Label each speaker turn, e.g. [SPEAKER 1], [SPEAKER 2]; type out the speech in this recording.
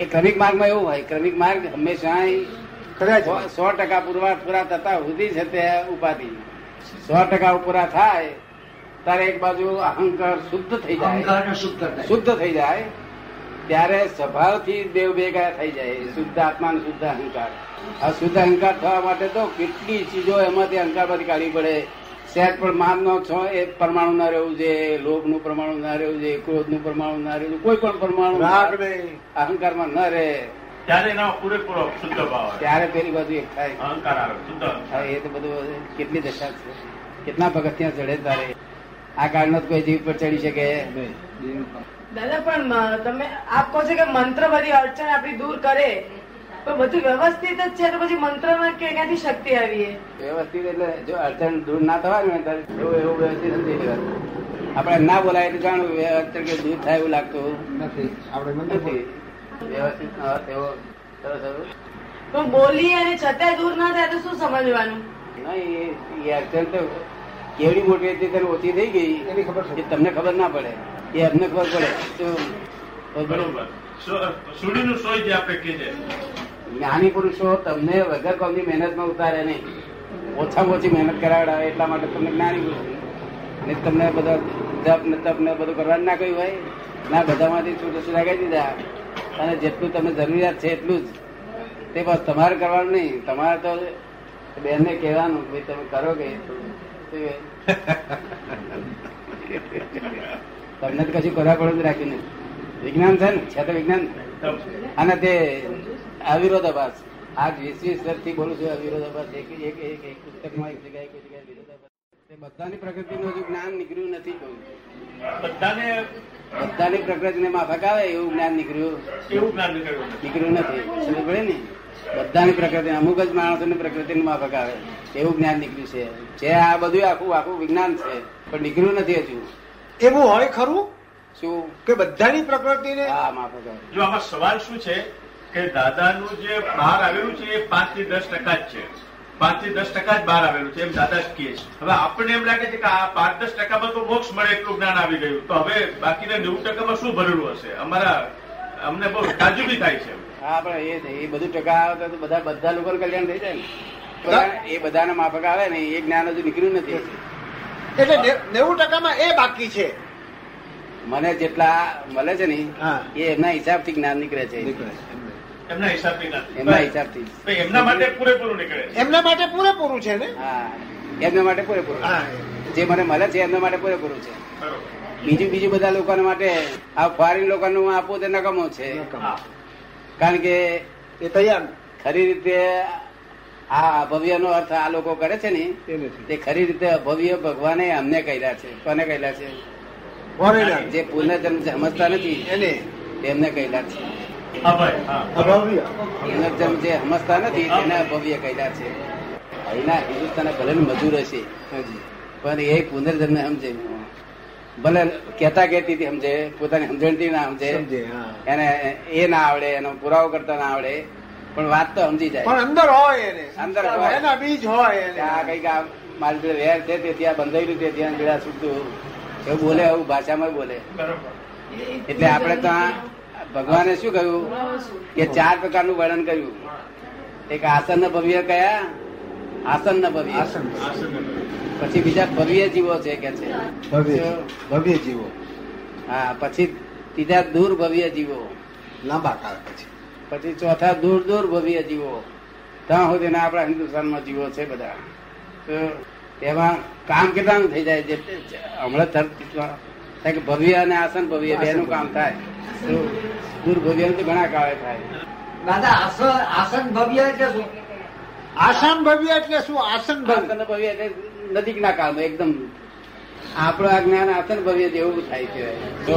[SPEAKER 1] એ ક્રમિક માર્ગમાં એવું હોય ક્રમિક માર્ગ હંમેશા
[SPEAKER 2] કદાચ
[SPEAKER 1] સો- સો ટકા પૂરવા પૂરા થતા સુધી છે તે ઉપાધિ સો ટકા પૂરા થાય ત્યારે એક બાજુ અહંકાર શુદ્ધ થઈ જાય
[SPEAKER 3] અહંકારને શુદ્ધ કરતા
[SPEAKER 1] શુદ્ધ થઈ જાય ત્યારે સ્વભાવથી દેવ ભેગા થઈ જાય શુદ્ધ આત્મા અને શુદ્ધ અહંકાર આ શુદ્ધ અહંકાર થવા માટે તો કેટલી ચીજો એમાંથી અહંકારમાંથી કાઢવી પડે સહેજ પણ માન નો છો એ પરમાણુ ના રહેવું જોઈએ લોભ નું પરમાણુ ના રહેવું જોઈએ ક્રોધ નું પરમાણુ ના રહેવું જોઈએ કોઈ પણ
[SPEAKER 2] રાગ
[SPEAKER 1] પરમાણુ
[SPEAKER 2] નહીં
[SPEAKER 1] અહંકારમાં ન રહે
[SPEAKER 4] ત્યારે એનો પૂરેપૂરો શુદ્ધ ભાવ આવે.
[SPEAKER 1] ત્યારે પેલી બાજુ એક થાય
[SPEAKER 4] અહંકાર આવે શુદ્ધ
[SPEAKER 1] હા, એ તો બધું કેટલી દશા છે કેટલા પગથિયાં ચડે તારે આ કાળ નો કોઈ જીવ પર ચડી શકે
[SPEAKER 5] દાદા પણ મ- તમે આપ કહો છો કે મંત્ર બધી અડચણ આપણી દૂર કરે પણ બધું વ્યવસ્થિત જ છે તો પછી મંત્રમાં કે ક્યાંથી શક્તિ આવીએ
[SPEAKER 1] વ્યવસ્થિત એટલે જો અડચણ દૂર ના થવાની હોય ત્યારે એવું એવું વ્યવસ્થિત સમજી લેવાનું આપણે ના બોલાય એટલે જાણવું એ અડચણ કે દૂર થાય એવું લાગતું
[SPEAKER 2] નથી આપણે
[SPEAKER 1] નથી વ્યવસ્થિત ન હોય તેવો સરસ એવું.
[SPEAKER 5] તો બોલીએ અને છતાંય દૂર ના થાય તો શું સમજવાનું
[SPEAKER 1] નહીં, એ- એ અડચણ તો કેવડી મોટી હતી ત્યારે ઓછી થઈ ગઈ
[SPEAKER 2] એની ખબર
[SPEAKER 1] એ
[SPEAKER 2] છે
[SPEAKER 1] તમને ખબર ના પડે એ અમને ખબર પડે તો- તો
[SPEAKER 4] બરોબર સો- સુડીનું સોય જે આપણે કહે છે
[SPEAKER 1] જ્ઞાની પુરુષો તમને વગર કોમની મહેનતમાં ઉતારે નહીં ઓછામાં ઓછી મહેનત કરાવડાવે એટલા માટે તમને જ્ઞાની પુરુષ અને તમને બધા જપ ને તપ ને બધું કરવા ના કહ્યું હોય ના બધામાંથી છૂટ છૂટા કહી દીધા અને જેટલું તમને જરૂરિયાત છે એટલું જ તે બસ તમારે કરવાનું નહીં તમારે તો બેનને કહેવાનું કે ભાઈ તમે કરો કે એટલું. તે- તમને તો કશું કરવા પડે જ રાખ્યું નહીં વિજ્ઞાન છે ને છે તો વિજ્ઞાન
[SPEAKER 4] તો
[SPEAKER 1] અને તે અવિરોધાભાસ આજ વીસ વીસ વર્ષથી બોલું છું અવિરોધાભાસ એક એક એક એક પુસ્તકમાં એક જગ્યાએ કોઈ જગ્યાએ વિરોધાભાસ તે બધાની પ્રકૃતિનું હજુ જ્ઞાન નીકળ્યું નથી કહું
[SPEAKER 4] બધાને
[SPEAKER 1] બધાની પ્રકૃતિને માફક આવે એવું જ્ઞાન નીકળ્યું
[SPEAKER 4] એવું જ્ઞાન નીકળ્યું નથી.
[SPEAKER 1] નીકળ્યું નથી સમજ પડે ને બધાની પ્રકૃતિ અમુક જ માણસોની પ્રકૃતિને માફક આવે એવું જ્ઞાન નીકળ્યું છે જે આ બધું આખું આખું વિજ્ઞાન છે પણ નીકળ્યું નથી હજુ
[SPEAKER 2] એવું હોય ખરું
[SPEAKER 1] શું
[SPEAKER 2] કે બધાની પ્રકૃતિને
[SPEAKER 1] હા માફક આવે
[SPEAKER 4] જો આમાં સવાલ શું છે કે દાદાનું જે બહાર આવેલું છે એ પાંચ થી દસ ટકા જ છે પાંચ થી દસ ટકા જ બહાર આવેલું છે એમ દાદા જ કહે છે હવે આપણને એમ લાગે છે કે આ પાંચ દસ ટકામાં તો મોક્ષ મળે એટલું જ્ઞાન આવી ગયું તો હવે બાકીના નેવું ટકામાં શું ભરેલું હશે અમારા અમને બહુ તાજુબી થાય છે
[SPEAKER 1] હા પણ એ જ, એ બધું ટકા આવે તો બધા બધા લોકોનું કલ્યાણ થઈ જાય ને બધા- એ બધાના માફક આવે ને એ જ્ઞાન હજુ નીકળ્યું નથી
[SPEAKER 2] એટલે ને- નેવું ટકામાં એ બાકી છે
[SPEAKER 1] મને જેટલા મળે છે ને
[SPEAKER 2] હા.
[SPEAKER 1] એ એમના હિસાબથી જ્ઞાન નીકળે છે
[SPEAKER 4] એમના હિસાબથી નથી
[SPEAKER 1] એમના હિસાબથી જ.
[SPEAKER 4] તો એમના માટે પૂરેપૂરું નીકળે છે
[SPEAKER 2] એમના માટે પૂરેપૂરું છે ને
[SPEAKER 1] હા એમના માટે પૂરેપૂરું
[SPEAKER 2] હા
[SPEAKER 1] જે મને મળે છે એમના માટે પૂરેપૂરું છે
[SPEAKER 4] બરોબર
[SPEAKER 1] બીજું બીજું બધા લોકોના માટે આ ફોરેન લોકોનું હું આપું તે નકામો છે
[SPEAKER 4] હા
[SPEAKER 1] કારણ કે
[SPEAKER 2] એ તૈયાર
[SPEAKER 1] ખરી રીતે આ અભવ્યનો અર્થ આ લોકો કરે છે ને
[SPEAKER 2] એ નથી
[SPEAKER 1] તે ખરી રીતે અભવ્ય ભગવાને અમને કહ્યા છે કોને કહ્યા છે
[SPEAKER 2] ફોરેનર
[SPEAKER 1] જે પુનર્જન્મ સમજતા નથી
[SPEAKER 2] એને
[SPEAKER 1] તેમને કહેલા છે
[SPEAKER 4] હા ભાઈ હા
[SPEAKER 2] અભાવ્ય
[SPEAKER 1] પુનર્જન્મ જે સમજતા નથી તેને અભવ્ય કહેલા છે અહીંના હિન્દુસ્તાને ભલે ને મજૂર હશે
[SPEAKER 2] હાજી
[SPEAKER 1] પણ એ પુનર્જન્મ સમજે નહીં. ભલે કહેતા કહેતી થી સમજે પોતાની સમજણથી ના સમજે
[SPEAKER 2] સમજે હા
[SPEAKER 1] એને એ ના આવડે એનો પુરાવો કરતા ના આવડે પણ વાત તો સમજી
[SPEAKER 2] પણ
[SPEAKER 1] જાય
[SPEAKER 2] અંદર હોય એને
[SPEAKER 1] અંદર હોય.
[SPEAKER 2] એના બીજ હોય
[SPEAKER 1] કે આ
[SPEAKER 2] એને
[SPEAKER 1] કઈક આ મારી જોડે વેર છે તેથી આ બંધાયેલું છે ત્યાં જોડા છૂટતું એવું બોલે એવું ભાષામાં બોલે
[SPEAKER 4] બરોબર
[SPEAKER 1] એટલે આપણે તો આ ભગવાને શું કહ્યું કે ચાર પ્રકારનું વર્ણન કર્યું એક આસન ભવ્ય કયા આસન ભવ્ય
[SPEAKER 2] આસન
[SPEAKER 1] પછી બીજા ભવ્ય જીવો છે કે છે
[SPEAKER 2] ભવ્ય ભવ્ય જીવો
[SPEAKER 1] હા પછી ત્રીજા દૂર ભવ્ય જીવો
[SPEAKER 2] લાંબા કાળ પછી
[SPEAKER 1] પછી ચોથા દૂર દૂર ભવ્ય જીવો ત્યાં સુધી આપણા હિન્દુસ્તાનમાં જીવો છે બધા તો એમાં કામ કેટલાનું થઈ જાય જે હમણાં તરત કારણ કે ભવ્ય અને આસન ભવ્ય બેનું કામ થાય તો દૂર ભવ્ય તો ઘણા કાળે થાય
[SPEAKER 3] હતા દાદા આસન આસન ભવ્ય એટલે શું
[SPEAKER 2] આસન ભવ્ય એટલે શું આસન ભવ્ય
[SPEAKER 1] આસન ભવ્ય એટલે નજીકના કાળમાં એકદમ આપણું આ જ્ઞાન આસન ભવ્ય જેવું થાય છે તો